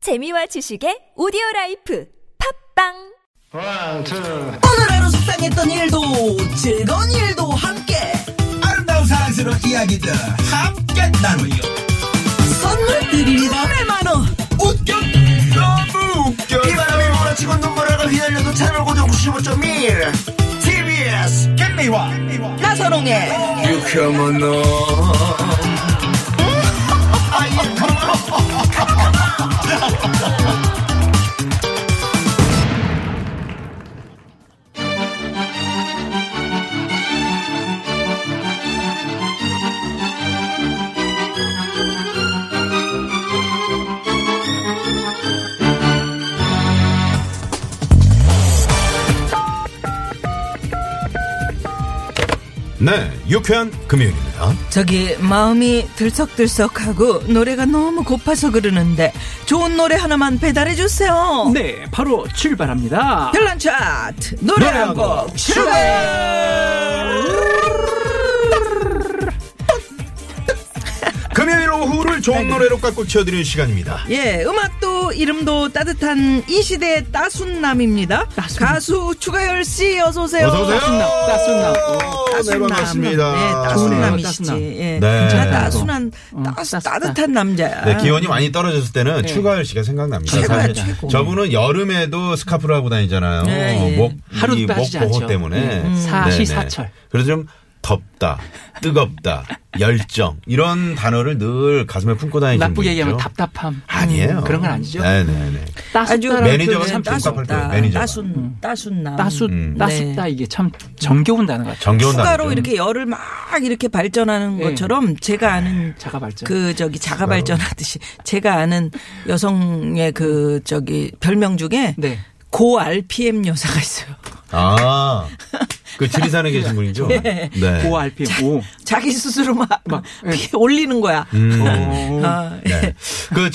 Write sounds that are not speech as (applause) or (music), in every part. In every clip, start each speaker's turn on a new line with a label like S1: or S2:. S1: 재미와 지식의 오디오 라이프 팝빵
S2: One, two.
S3: 오늘 하루 속상했던 일도 즐거운 일도 함께
S4: 아름다운 사랑스러운 이야기들 함께 나누요
S3: 선물 드립니다 100만원
S4: 웃겨 너무 웃겨 이 바람이 몰아치고 눈물을 휘날려도 채널 고정 95.1 TBS 겟미와
S3: 나선홍의
S4: 유쾌한 너
S5: 네, 유쾌한 금요일입니다.
S3: 저기 마음이 들썩들썩하고 노래가 너무 고파서 그러는데 좋은 노래 하나만 배달해주세요
S6: 네, 바로 출발합니다.
S3: 별난 차트 노래
S5: 노래 한
S3: 한곡
S5: 곡
S3: 출발
S5: 금요일 오후를 좋은 노래로 깎고 치어드리는 시간입니다.
S3: 예, 음악도 이름도 따뜻한 이 시대의 따순남입니다
S6: 따순남.
S3: 가수 추가열씨 어서오세요
S5: 어서오세요.
S6: 네, 따순남, 따순남.
S5: 네, 반갑습니다.
S3: 네, 따순남이시지.
S6: 따순남.
S3: 예.
S5: 네.
S3: 나 따순한,
S6: 어,
S3: 따,
S6: 따스-
S3: 따뜻한 남자야.
S5: 네, 기온이 많이 떨어졌을 때는
S6: 네.
S5: 추가열 씨가 생각납니다.
S3: 최고야,
S5: 사실
S3: 최고.
S5: 저분은 여름에도 스카프를 하고 다니잖아요. 뭐
S3: 네, 예.
S5: 목,
S6: 하루도
S5: 이
S6: 빠지지
S5: 목보호
S6: 않죠.
S5: 때문에.
S6: 음. 사시사철.
S5: 그래서 좀 덥다, 뜨겁다, 열정 이런 단어를 늘 가슴에 품고 다니시는
S6: 나쁘게 얘기하면
S5: 분이죠.
S6: 답답함. 음,
S5: 아니에요.
S6: 그런 건 아니죠.
S5: 네네네.
S3: 아주
S6: 따순,
S5: 매니저가
S3: 그래, 네,
S5: 참 답답할 거예요,
S3: 따순다.
S5: 매니저가.
S3: 따순, 따순남.
S6: 따수,
S3: 네.
S5: 음.
S6: 따수다 이게 참 정겨운 단어 같아요.
S5: 정겨운
S3: 추가로
S5: 단어죠.
S3: 이렇게 열을 막 이렇게 발전하는
S6: 예.
S3: 것처럼 제가 아는
S6: 자가 발전.
S3: 그 저기 자가 발전하듯이 제가 아는 여성의 그 저기 별명 중에
S6: 네.
S3: 고 RPM 여사가 있어요. (laughs)
S5: 아, 그 지리산에 계신 분이죠.
S3: 네.
S6: 고 RPM. 오.
S3: 자기 스스로 막,
S6: 막, 예.
S3: 올리는 거야.
S5: 음.
S3: 아,
S5: 네. 그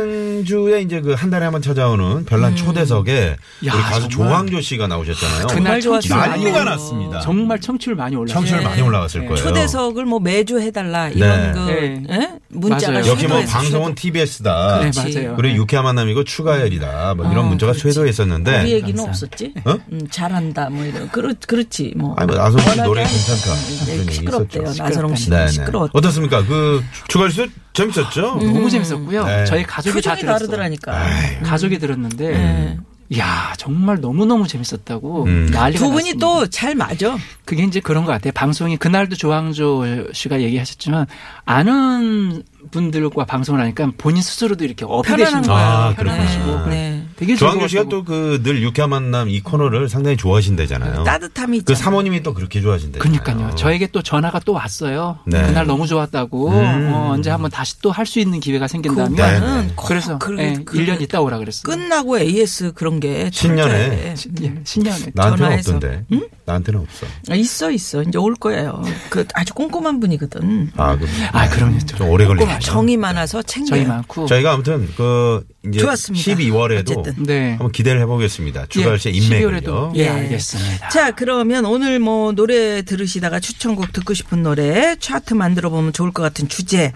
S5: 지난주에 이제 그 한 달에 한 번 찾아오는
S3: 음.
S5: 별난 초대석에
S6: 야,
S5: 우리 가수
S6: 정말.
S5: 조항조 씨가 나오셨잖아요.
S3: 정말
S6: 그날 청취율
S3: 좋았어요.
S6: 많이
S5: 난리가
S6: 올라.
S5: 났습니다.
S6: 정말 청취율 많이 올라.
S5: 청취율 많이 올라갔을
S6: 네.
S5: 거예요.
S3: 예. 초대석을 뭐 매주 해달라 이런
S5: 네.
S3: 그
S6: 네.
S3: 예? 문자가
S6: 맞아요.
S5: 여기 뭐
S3: 쇄도해서
S5: 방송은 TBS다.
S6: 네,
S3: 그렇지.
S6: 맞아요.
S5: 그리고 유쾌한 만남이고 추가열이다. 뭐 이런
S3: 아,
S5: 문자가
S3: 우리
S5: 쇄도했었는데.
S3: 얘기는
S6: 감사합니다.
S3: 없었지?
S5: 네. 어?
S3: 음, 잘한다 뭐 이런 그렇 그렇지 뭐.
S5: 아니 뭐 나선 씨
S3: 워낙에
S5: 노래 괜찮다.
S3: 네,
S5: 그런 얘기
S3: 시끄럽대요.
S5: 있었죠.
S3: 나선홍 씨
S5: 네, 네.
S3: 시끄러워.
S5: 어떻습니까? 그 추가열수 재밌었죠?
S3: 음.
S6: 너무 재밌었고요.
S5: 네.
S6: 저희 가족이 다
S3: 표정이
S6: 들었어요.
S3: 다르더라니까.
S5: 아,
S6: 가족이 들었는데, 야 정말 너무 너무 재밌었다고
S5: 음.
S6: 난리가
S3: 두 분이
S6: 났습니다.
S3: 또 잘 맞아.
S6: 그게 이제 그런 것 같아요. 방송이 그날도 조항조 씨가 얘기하셨지만 아는 분들과 방송을 하니까 본인 스스로도 이렇게
S3: 편안한
S6: 업되시는
S3: 거야.
S5: 아,
S3: 편안하시고.
S5: 그렇구나.
S3: 네.
S6: 되게
S5: 조항조
S6: 즐거웠다고.
S5: 씨가 또 그 늘 유쾌한 만남 이 코너를 상당히 좋아하신다잖아요.
S3: 따뜻함이
S5: 그
S3: 있잖아.
S5: 사모님이 또 그렇게 좋아하신대요.
S6: 음, 그러니까요. 저에게 또 전화가 또 왔어요.
S5: 네.
S6: 그날 너무 좋았다고
S5: 음.
S6: 어, 언제 한번 다시 또 할 수 있는 기회가 생긴다면
S5: 네.
S3: 그거는 거-
S6: 그래서
S3: 그-
S6: 예,
S3: 그-
S6: 1년 있다 오라 그랬어요.
S3: 끝나고 AS 그런 게 철저해.
S5: 신년에.
S6: 예, 신년에
S5: 나한테는
S3: 전화해서.
S5: 없던데. 나한테는 없어.
S3: 아, 있어 있어 이제 올 거예요. 그 아주 꼼꼼한 분이거든.
S5: 아, 그,
S6: 아, 그럼요.
S5: 좀 오래 걸리죠.
S3: 정이 많아서 챙겨.
S6: 저희
S3: 요
S6: 많고
S5: 저희가 아무튼 그 이제
S3: 좋았습니다.
S5: 12월에도
S3: 어쨌든.
S6: 네.
S5: 한번 기대를 해보겠습니다. 주갈 씨의
S6: 예,
S5: 인맥을요.
S6: 12월에도 예,
S3: 예.
S6: 알겠습니다.
S3: 자, 그러면 오늘 뭐 노래 들으시다가 추천곡 듣고 싶은 노래 차트 만들어 보면 좋을 것 같은 주제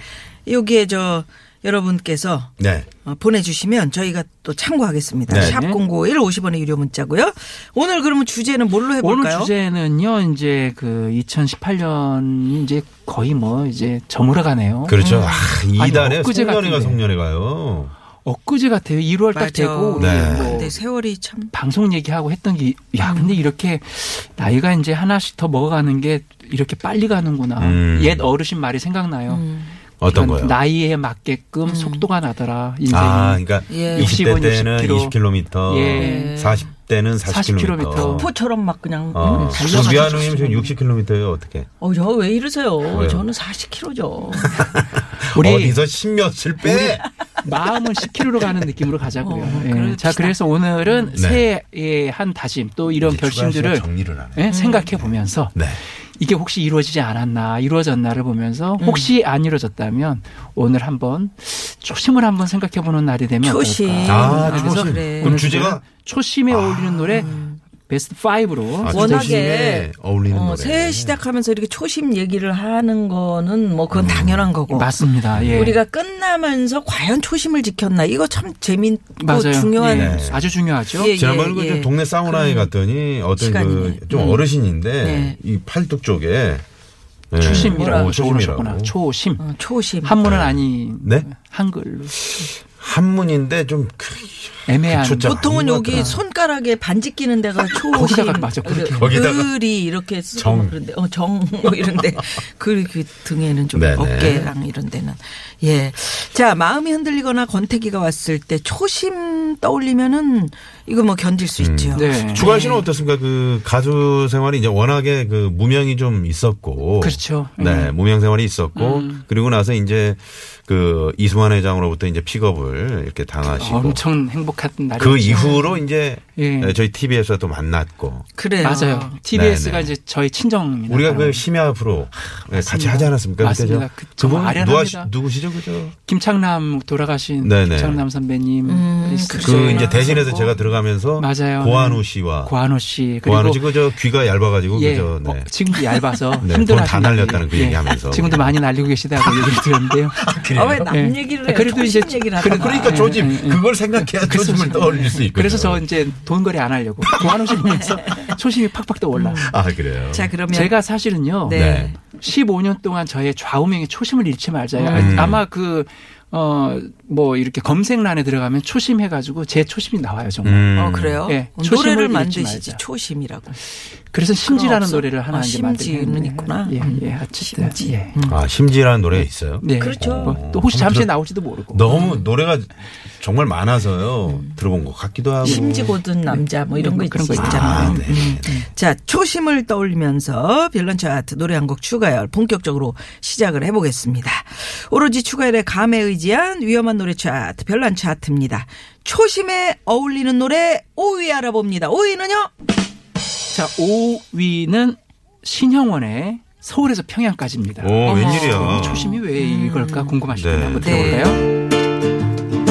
S3: 여기에 저 여러분께서
S5: 네.
S3: 어, 보내주시면 저희가 또 참고하겠습니다.
S5: 네.
S3: 샵 #051 50원의 유료 문자고요. 오늘 그러면 주제는 뭘로
S6: 오늘
S3: 해볼까요?
S6: 주제는요, 이제 그 2018년 이제 거의 뭐 이제 저물어가네요.
S5: 그렇죠. 아, 이달에
S6: 엊그제
S5: 송년회가
S6: 같은데.
S5: 송년회가요.
S6: 엊그제 같아요. 1월 딱
S3: 맞아.
S6: 되고
S5: 네.
S6: 이게 뭐
S3: 근데 세월이 참
S6: 방송 얘기하고 했던 게, 야,
S3: 음.
S6: 근데 이렇게 나이가 이제 하나씩 더 먹어가는 게 이렇게 빨리 가는구나.
S5: 음.
S6: 옛 어르신 말이 생각나요.
S3: 음.
S5: 어떤
S6: 그러니까
S5: 거요?
S6: 나이에 맞게끔 속도가 나더라. 인생이.
S5: 아, 그러니까
S3: 예.
S5: 20대
S6: 65,
S5: 때는
S6: 60km.
S5: 20km,
S6: 예.
S5: 40대는 40km.
S6: 40km.
S3: 포처럼 막 그냥
S5: 어,
S3: 음, 달려가서
S5: 주비아누님 지금 60km예요. 어떻게?
S3: 어, 저 왜 이러세요?
S5: 왜요?
S3: 저는 40kg죠.
S6: 우리
S5: 어디서 10몇을 빼?
S6: (laughs) 마음은 10km로 가는 느낌으로 가자고요.
S3: 어,
S6: 예.
S3: 그럽시다.
S6: 자, 그래서 오늘은
S5: 네.
S6: 새해의 한 다짐 또 이런
S5: 이제 주갈 씨가
S6: 결심들을
S5: 정리를 하네.
S3: 음.
S6: 예, 생각해 보면서
S5: 네.
S6: 이게 혹시 이루어지지 않았나 이루어졌나를 보면서
S3: 음.
S6: 혹시 안 이루어졌다면 오늘 한번 초심을 한번 생각해 보는 날이 되면
S3: 초심.
S6: 어떨까
S5: 아,
S6: 그래서
S5: 초심.
S3: 그래. 아.
S5: 그럼
S6: 오늘
S5: 주제가
S6: 주제는 초심에 어울리는 노래 베스트 5로
S5: (laughs) 아,
S3: 워낙에
S5: 조심에 어울리는
S3: 어,
S5: 노래.
S3: 새해 시작하면서 이렇게 초심 얘기를 하는 거는 뭐
S5: 음.
S3: 그건 당연한 거고.
S6: 맞습니다. 예.
S3: 우리가 끝나면서 과연 초심을 지켰나 이거 참 재밌고
S6: 맞아요.
S3: 중요한
S5: 네.
S6: 예. 아주 중요하죠.
S3: 예,
S5: 지난번에 그
S3: 예.
S5: 좀 동네 사우나에 갔더니 어떤
S3: 시간이네.
S5: 그 좀
S3: 음.
S5: 어르신인데
S3: 네.
S5: 이 팔뚝 쪽에 네.
S6: 초심이라고
S5: 어,
S6: 적으셨구나.
S5: 초심이라고
S6: 초심.
S3: 어, 초심.
S6: 한문은 아닌
S5: 네?
S6: 한글로
S5: 한문인데 좀 크게
S6: 애매한
S5: 그 초자.
S3: 보통은
S5: 아닌 것
S3: 여기 손가락에 반지 끼는 데가 초심.
S6: (laughs) 거기다가 맞아, 그렇게.
S5: 거기다가
S3: 을이 이렇게 쓰고
S5: 정.
S3: 정. 그런데 어, 정뭐
S5: (laughs)
S3: 이런데 그, 그 등에는 좀
S5: 네네.
S3: 어깨랑 이런 데는 예. 자, 마음이 흔들리거나 권태기가 왔을 때 초심 떠올리면은 이거 뭐 견딜 수 있죠.
S6: 네.
S5: 음. 주갈 씨는 어떻습니까? 그 가수 생활이 이제 워낙에 그 무명이 좀 있었고.
S6: 그렇죠.
S5: 네,
S6: 음.
S5: 무명 생활이 있었고 그리고 나서 이제 그 이수만 회장으로부터 이제 픽업을 이렇게 당하시고
S6: 아, 엄청 행복한 날이
S5: 그 이후로 이제 네,
S6: 예.
S5: 저희 TV에서 또 만났고
S3: 그래요.
S6: 맞아요. TBS가
S5: 네, 네.
S6: 이제 저희 친정입니다.
S5: 우리가 그 심야 앞으로 네, 같이 하지 않았습니까?
S6: 아, 맞습니다.
S5: 그때 저-
S6: 그 정말
S5: 그분
S6: 아련합니다.
S5: 누가- 누구시죠, 그죠?
S6: 김창남 돌아가신
S5: 네네.
S6: 김창남 선배님
S3: 음,
S6: 있었고,
S5: 그 이제 대신해서
S6: 있었고,
S5: 제가 들어가면서
S6: 뭐 맞아요.
S5: 고한우 씨와
S6: 고한호 씨
S5: 고한우
S6: 그리고
S5: 씨 그저 귀가 얇아가지고
S6: 예,
S5: 그저
S6: 어,
S5: 네.
S6: 지금도 얇아서
S5: (laughs) 네,
S6: 힘들어 예,
S5: 돈다 날렸다는 그 얘기하면서.
S6: 지금도 많이 날리고
S5: (laughs)
S6: 계시다고 얘기를 드렸는데요.
S3: 아 왜 남
S6: 예.
S3: 얘기를 해?
S6: 그래도
S3: 그래도
S6: 이제
S3: 이제 얘기를 하잖아.
S5: 그러니까 조짐
S6: 예,
S5: 그걸 생각해야 조짐을 떠올릴 수 있거든요.
S6: 그래서 저 이제 돈 거래 안 하려고 고한호 씨
S3: (laughs)
S6: 보면서 초심이 팍팍 떠올라.
S5: 아 그래요.
S3: 자, 음. 그러면
S6: 제가 사실은요.
S3: 네.
S5: 네.
S6: 15년 동안 저의 좌우명의 초심을 잃지 말자.
S5: 음.
S6: 아마 그, 어, 뭐, 이렇게 검색란에 들어가면 초심해가지고 제 초심이 나와요, 정말.
S5: 음.
S3: 어 그래요.
S6: 예,
S3: 어,
S6: 초심을
S3: 노래를
S6: 잃지
S3: 만드시지
S6: 말자. 음.
S3: 초심이라고.
S6: 그래서 심지라는
S3: 없어.
S6: 노래를 하나
S3: 아,
S6: 이제
S3: 심지는
S6: 만들었는데.
S3: 있구나.
S6: 예,
S3: 음.
S6: 예, 어쨌든.
S3: 심지.
S6: 예.
S5: 아 심지라는 노래 있어요.
S6: 네.
S3: 그렇죠.
S6: 뭐, 또
S5: 아,
S6: 혹시
S5: 그럼
S6: 잠시
S5: 들어-
S6: 나올지도 모르고.
S5: 너무 노래가 정말 많아서요. 들어본 것 같기도 하고.
S3: 심지고든 남자 뭐 이런
S6: 네,
S3: 거
S6: 뭐 그런 거
S3: 있-
S6: 있죠.
S3: 있잖아요. 음.
S5: 아, 네.
S6: 음.
S3: 자, 초심을 떠올리면서 빌런 차트 노래 한 곡 추가열 본격적으로 시작을 해보겠습니다. 오로지 추가열의 감에 의지한 위험한 노래 차트, 별난 차트입니다. 초심에 어울리는 노래 5위 알아봅니다. 5위는요?
S6: 자, 5위는 신형원의 서울에서 평양까지입니다.
S5: 오, 웬일이야.
S6: 초심이 왜 이걸까 궁금하시죠?
S5: 네.
S6: 한번 들어볼까요?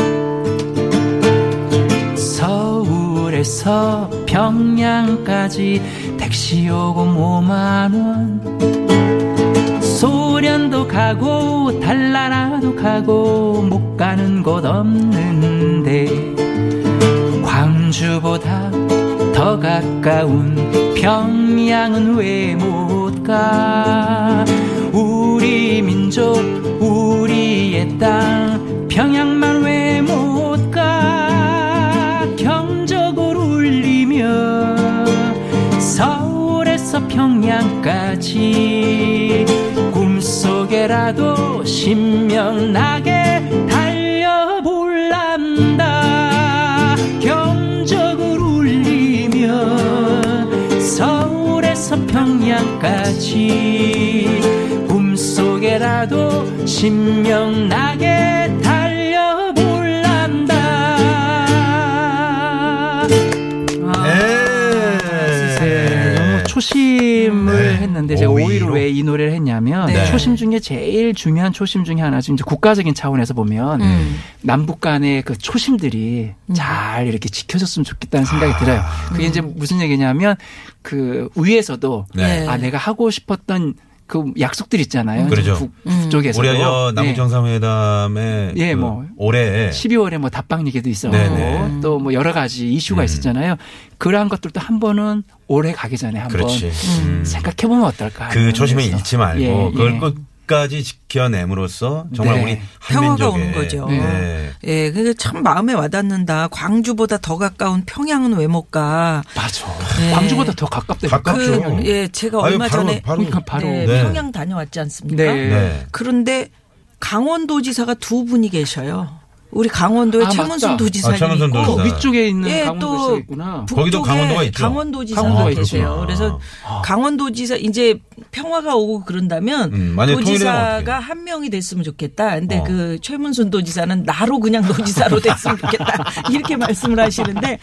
S6: 서울에서 평양까지 택시 요금 5만 원 소련도 가고 달나라도 가고 못 가는 곳 없는데 광주보다 더 가까운 평양은 왜 못 가? 우리 민족, 우리의 땅, 평양만 왜 못 가? 경적을 울리며 서울에서 평양까지 꿈속에라도 신명나게 달려볼란다 경적을 울리며 서울에서 평양까지 꿈속에라도 신명나게 달려볼란다
S3: 아,
S5: 예.
S6: 네, 너무 초심을
S5: 네.
S6: 했는데 제가
S5: 오이로?
S6: 오이로 왜 이 노래를 했냐면
S5: 네.
S6: 초심 중에 제일 중요한 초심 중에 하나 지금 이제 국가적인 차원에서 보면
S5: 음.
S6: 남북 간의 그 초심들이 잘 이렇게 지켜졌으면 좋겠다는 생각이
S5: 아.
S6: 들어요. 그게 이제 무슨 얘기냐면 그 위에서도
S5: 네.
S3: 예.
S6: 아 내가 하고 싶었던 그 약속들 있잖아요. 네.
S5: 그러죠.
S6: 북
S5: 그렇죠.
S6: 쪽에서
S5: 우리가
S3: 예.
S5: 저 남북 정상회담에
S6: 예,
S5: 그
S6: 뭐.
S5: 올해
S6: 12월에 뭐 답방 얘기도
S5: 네네. 음.
S6: 있었고 또 뭐 여러 가지 이슈가 있었잖아요. 그러한 것들도 한 번은 오래 가기 전에 한번
S5: 그렇지. 음.
S6: 생각해 보면 어떨까?
S3: 아,
S5: 그 초심을
S6: 그래서.
S5: 잃지 말고
S6: 예,
S5: 그걸
S6: 예.
S5: 끝까지 지켜냄으로써 정말
S6: 네.
S5: 우리
S3: 평화가
S5: 한민족의
S3: 오는 거죠.
S5: 네.
S3: 예, 그게 참 마음에 와닿는다. 광주보다 더 가까운 평양은 왜 못 가?
S6: 맞아. 광주보다 더 가깝다.
S5: 네. 가깝죠.
S3: 그, 예, 제가
S5: 아유,
S3: 얼마
S5: 바로,
S3: 전에
S5: 바로.
S6: 그러니까 바로
S3: 네,
S5: 네.
S3: 평양 다녀왔지 않습니까?
S6: 네.
S5: 네.
S3: 그런데 강원도지사가 두 분이 계셔요. 우리 강원도에
S6: 아,
S3: 최문순
S6: 맞다.
S3: 도지사님
S5: 아, 최문순
S3: 있고
S5: 도지사.
S6: 어, 위쪽에 있는
S3: 예, 또
S6: 강원도에 있구나.
S3: 북쪽에
S5: 거기도 강원도가 있죠. 아.
S3: 강원도지사가
S6: 강원도가
S3: 계세요.
S5: 있구나.
S3: 그래서 강원도지사 이제 평화가 오고 그런다면
S5: 음, 만약에 통일되면 어떡해?
S3: 도지사가 한 명이 됐으면 좋겠다. 근데
S5: 어.
S3: 그 최문순 도지사는 나로 그냥 도지사로 됐으면 좋겠다. (laughs) 이렇게 말씀을 하시는데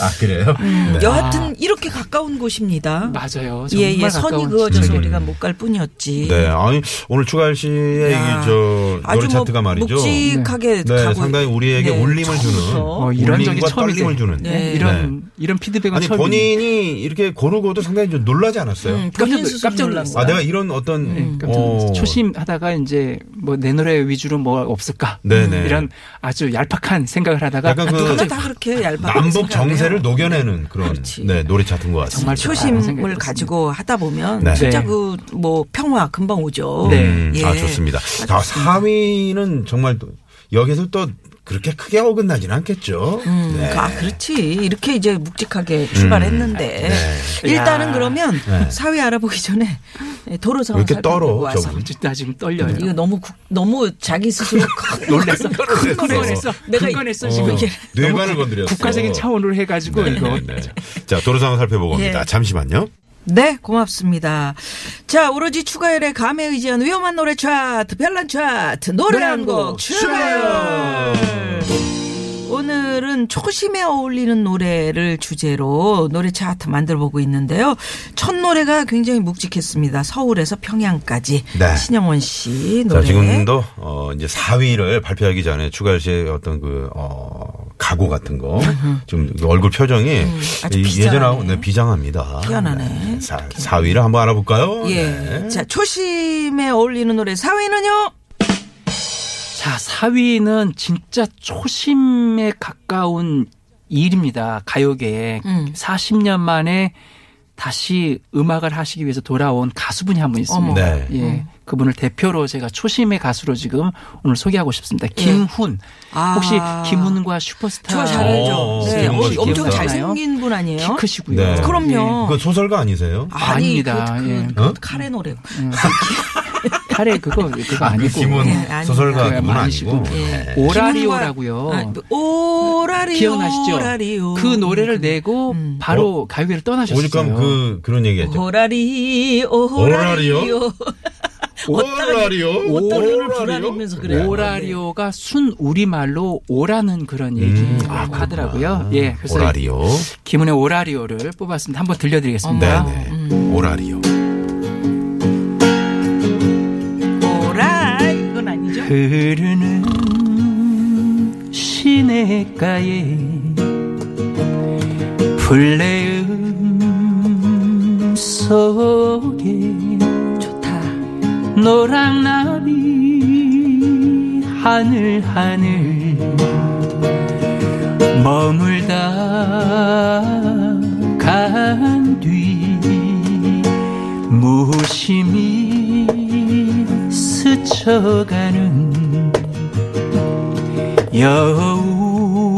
S5: 아 그래요?
S3: 음.
S5: 네.
S3: 여하튼 이렇게 가까운 곳입니다.
S6: 맞아요. 정말
S3: 예예 선이
S6: 가까운
S3: 그어져서
S5: 지점이네.
S3: 우리가 못 갈 뿐이었지.
S5: 네, 아니 오늘 추가열 씨의
S3: 야,
S5: 이저 노래
S3: 아주 뭐
S5: 차트가 말이죠.
S3: 묵직하게
S5: 네. 네,
S3: 가고
S5: 상당히 우리에게
S3: 네,
S5: 울림을 주는
S3: 처음부터.
S6: 어, 이런 적이
S5: 울림과
S6: 처음인데.
S5: 떨림을 주는
S3: 네.
S6: 이런 이런 피드백은
S5: 아니
S6: 처음이네.
S5: 본인이 이렇게 고르고도 상당히 좀 놀라지 않았어요.
S3: 음, 본인
S6: 깜짝-
S3: 스스로
S6: 깜짝
S3: 놀란
S6: 놀랐어요.
S3: 거야.
S5: 아 내가 이런 어떤
S6: 네, 깜짝 놀랐어요.
S5: 어,
S6: 초심하다가 이제 뭐 내 노래 위주로 뭐 없을까 음,
S5: 네네.
S6: 이런 아주 얄팍한 생각을 하다가
S5: 약간
S6: (laughs)
S5: 그
S3: 아, 누구나 다 그렇게 얇아.
S5: 남북 정세를 녹여내는 그런
S3: 그렇지.
S5: 네, 노래 차트인 것 같습니다.
S6: 정말
S3: 초심을 가지고 하다 보면
S5: 네.
S3: 진짜
S6: 네.
S3: 그 뭐 평화 금방 오죠.
S6: 네.
S5: 음,
S3: 예.
S5: 아 좋습니다. 자 3위는 정말 또 여기서 또 그렇게 크게 어긋나진 않겠죠.
S3: 음,
S5: 네. 음.
S3: 아 그렇지 이렇게 이제 묵직하게 출발했는데
S5: 네.
S3: 일단은
S6: 야.
S3: 그러면
S5: 네.
S3: 사회 알아보기 전에 예, 도로
S5: 왜
S3: 상황
S5: 이렇게 떨어,
S3: 살펴보고 와서
S5: 저분?
S6: 진짜 지금 떨려요.
S3: 이거 너무 국- 너무 자기 스스로
S6: (laughs)
S3: (laughs)
S6: 놀랐어.
S5: 큰 거를
S6: 냈어.
S3: 내가
S6: 내가 했어
S5: 어,
S6: 지금 이게.
S5: 뇌관을 건드렸어.
S6: 그 국가적인 차원으로 해가지고
S5: 네,
S6: 이거
S5: 네, 네. 자 도로 상황 살펴보고 옵니다.
S3: 예.
S5: 잠시만요.
S3: 네, 고맙습니다. 자, 오로지 추가열의 감에 의지한 위험한 노래 차트, 별난 차트, 노래
S6: 노래
S3: 한
S5: 네,
S6: 한
S3: 곡
S6: 곡
S3: 추가열! 오늘은 초심에 어울리는 노래를 주제로 노래 차트 만들어 보고 있는데요. 첫 노래가 굉장히 묵직했습니다. 서울에서 평양까지.
S5: 네.
S3: 신영원 씨 노래.
S5: 자 지금도 어, 이제 4위를 발표하기 전에 추가열 씨의 어떤 그 어, 각오 같은 거 지금 그 얼굴 표정이
S3: 아주
S5: 이-
S3: 비장하네.
S5: 예전하고 네, 비장합니다.
S3: 희한하네.
S5: 네, 사, 4위를 한번 알아볼까요?
S3: 예.
S5: 네.
S3: 자, 초심에 어울리는 노래 사위는요
S6: 자 4위는 진짜 초심에 가까운 일입니다 가요계에
S3: 음.
S6: 40년 만에 다시 음악을 하시기 위해서 돌아온 가수분이 한 분
S3: 어머. 음.
S6: 있습니다.
S5: 네.
S6: 예, 그분을 대표로 제가 초심의 가수로 지금 오늘 소개하고 싶습니다.
S3: 예.
S6: 김훈.
S3: 아.
S6: 혹시 김훈과 슈퍼스타
S3: 저
S5: 잘 알죠.
S3: 잘하죠.
S5: 어,
S3: 네,
S5: 지금
S3: 어,
S5: 뭐
S3: 엄청
S5: 기억나요?
S3: 잘생긴 분
S6: 키
S3: 아니에요?
S6: 크시고요.
S5: 네.
S3: 그럼요.
S5: 그 소설가 아니세요?
S3: 아니,
S6: 아닙니다.
S3: 그, 그,
S6: 예.
S3: 그
S5: 어?
S3: 카레 노래.
S6: 예. 카레 그거 그거
S5: 그
S6: 아니고
S5: 김은
S3: 네, 아닙니다.
S5: 소설가
S6: 네,
S5: 그분 아니고
S6: 아니시고.
S5: 네.
S6: 오라리오라고요.
S3: 아, 오라리오.
S6: 아, 뭐, 기억나시죠?
S3: 오라리오. 음.
S6: 그 노래를 내고 바로 가요계를 떠나셨어요.
S5: 오죽하면 그 그런
S3: 어,
S5: 얘기했죠.
S3: 오라리,
S5: 오라리오?
S3: 오라리오.
S5: 오라리오
S3: 오라를 불안하면서
S6: 네.
S3: 그래요.
S6: 오라리오가 순 우리말로 오라는 그런 얘기
S5: 음, 아, 그렇구나.
S6: 하더라고요. 예, 그래서
S5: 오라리오.
S6: 김은의 오라리오를 뽑았습니다. 한번
S5: 아,
S6: 들려드리겠습니다.
S5: 네네. 오라리오.
S3: 오라, 이건 아니죠?
S6: 그 흐르는 시내가에 플레음 속에
S3: 좋다.
S6: 노랑나비 하늘 하늘 머물다 간 뒤 무심히 스쳐가는 여울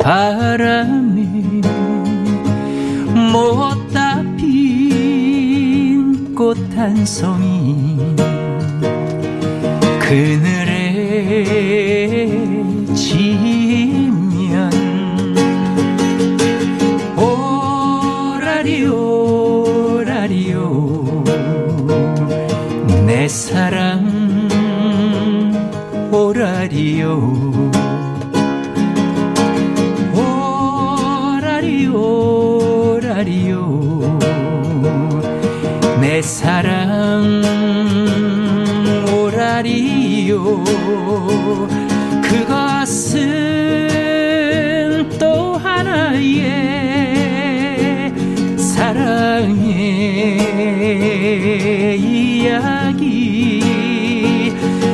S6: 바람에 못다 핀 꽃 한 송이 그늘에 지면 오라리오 라리오 내 사랑 오라리오 오라리오 라리오 내 사랑 오라리오 그것은 또 하나의 사랑의 이야기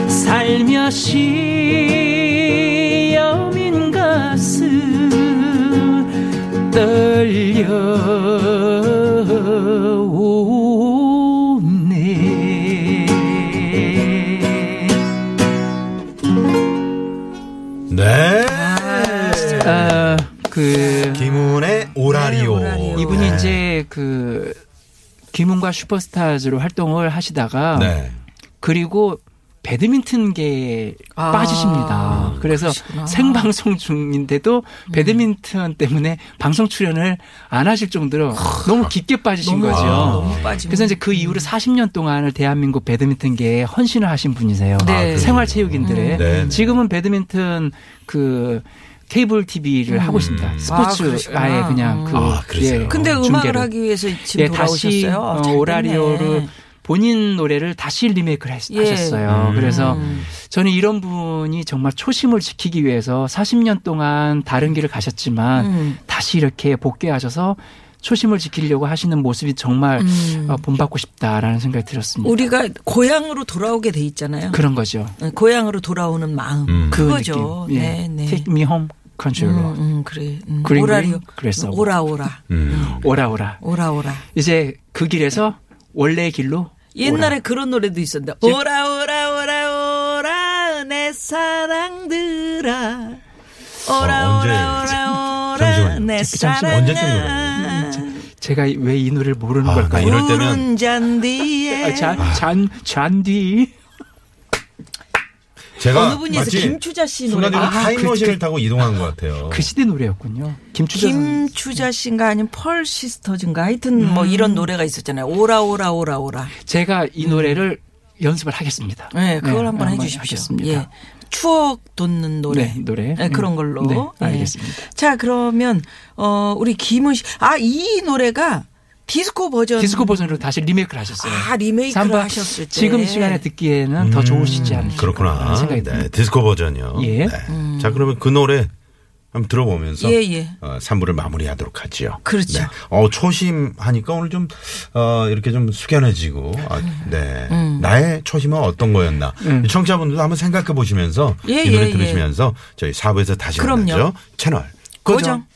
S6: 살며시 여민 가슴 떨려오네
S5: 네.
S6: 아, 그
S5: 김훈의 오라리오.
S3: 네, 오라리오.
S6: 이분이
S5: 네.
S6: 이제 그 김훈과 슈퍼스타즈로 활동을 하시다가
S5: 네.
S6: 그리고 배드민턴계에
S3: 아,
S6: 빠지십니다. 그래서
S3: 그러시구나. 음.
S6: 생방송 중인데도 배드민턴 때문에 방송 출연을 안 하실 정도로 너무 깊게 빠지신
S3: 너무,
S6: 거죠.
S5: 아,
S3: 너무 음. 빠지면.
S6: 그래서 이제 그 이후로 40년 동안을 대한민국 배드민턴계에 헌신을 하신 분이세요.
S3: 네. 아, 그렇군요.
S6: 생활체육인들의
S5: 음. 네.
S6: 지금은 배드민턴 그 케이블 TV를 하고 있습니다. 스포츠
S3: 음. 그러시구나.
S6: 아, 예 그냥
S3: 음.
S6: 그
S5: 아, 그러세요.
S6: 예,
S3: 근데
S6: 중계로.
S3: 음악을 하기 위해서 지금
S6: 예, 다시
S3: 돌아오셨어요? 아,
S6: 어,
S3: 잘 됐네.
S6: 오라리오를 본인 노래를 다시 리메이크를 했-
S3: 예.
S6: 하셨어요.
S5: 음.
S6: 그래서 저는 이런 분이 정말 초심을 지키기 위해서 40년 동안 다른 길을 가셨지만
S3: 음.
S6: 다시 이렇게 복귀하셔서 초심을 지키려고 하시는 모습이 정말
S3: 음.
S6: 어, 본받고 싶다라는 생각이 들었습니다.
S3: 우리가 고향으로 돌아오게 돼 있잖아요. 네,
S6: 그런 거죠.
S3: 고향으로 돌아오는 마음.
S5: 음.
S6: 그
S3: 그거죠.
S6: 느낌. 예.
S3: 네, 네.
S6: Take me home, country road.
S3: 음, 음, 그래. 음.
S6: 그린
S3: 오라리오.
S6: 그린 그랬어.
S3: 오라 오라.
S5: 음.
S6: 오라 오라.
S3: 오라 오라.
S6: 이제 그 길에서 원래의 길로
S3: 옛날에 그런 노래도 있었는데
S5: 예.
S3: 오라 오라 오라 오라 내 사랑들아
S5: 어,
S3: 오라
S5: 언제-
S3: 오라 오라 오라
S5: 잠시만요.
S3: 내
S5: 잠시만요. 언제쯤
S3: 사랑아
S6: 제가 왜 이 노래를 모르는
S5: 아,
S6: 걸까요?
S5: 나 이럴 때는-
S3: 푸른 잔디에
S6: 아, 잔, 잔, 잔디.
S5: 제가
S3: 어느 분이 해서
S5: 마치
S3: 김추자 씨 노래
S5: 순간적으로
S6: 아, 그-
S5: 타임머신을
S6: 그-
S5: 타고 이동한 것 같아요.
S6: 그 시대 노래였군요. 김추자 선
S3: 김추자 씨인가 아니면 펄 시스터즈인가 하여튼
S5: 음.
S3: 뭐 이런 노래가 있었잖아요 오라 오라 오라 오라
S6: 제가 이 노래를 연습을 하겠습니다.
S3: 음. 네, 그걸 한번 해주십시오.
S6: 하겠습니다.
S3: 예. 추억 돋는 노래.
S6: 네, 노래.
S3: 네, 그런
S6: 음.
S3: 걸로.
S6: 네,
S3: 예.
S6: 알겠습니다.
S3: 자, 그러면, 어, 우리 김은 씨. 아, 이 노래가 디스코 버전.
S6: 디스코 버전으로 다시 리메이크를 하셨어요.
S3: 아, 리메이크를
S6: 삼바-
S3: 하셨을 때.
S6: 지금 이 시간에 듣기에는 더 좋으시지
S3: 음,
S6: 않을까
S5: 음, 그렇구나.
S6: 라는 생각이
S5: 네,
S6: 듭니다.
S5: 디스코 버전이요.
S6: 예.
S5: 네. 자, 그러면 그 노래 한번 들어보면서
S3: 예, 예.
S5: 어, 3부를 마무리하도록 하지요.
S3: 그렇죠.
S5: 네. 어, 초심 하니까 오늘 좀 어, 이렇게 좀 숙연해지고 아, 네.
S3: 음.
S5: 나의 초심은 어떤 거였나. 이 청취자분들도 한번 생각해 보시면서
S3: 예,
S5: 이 노래
S3: 예, 예.
S5: 들으시면서 저희 4부에서 다시
S3: 그럼요.
S5: 만나죠. 채널
S3: 고정.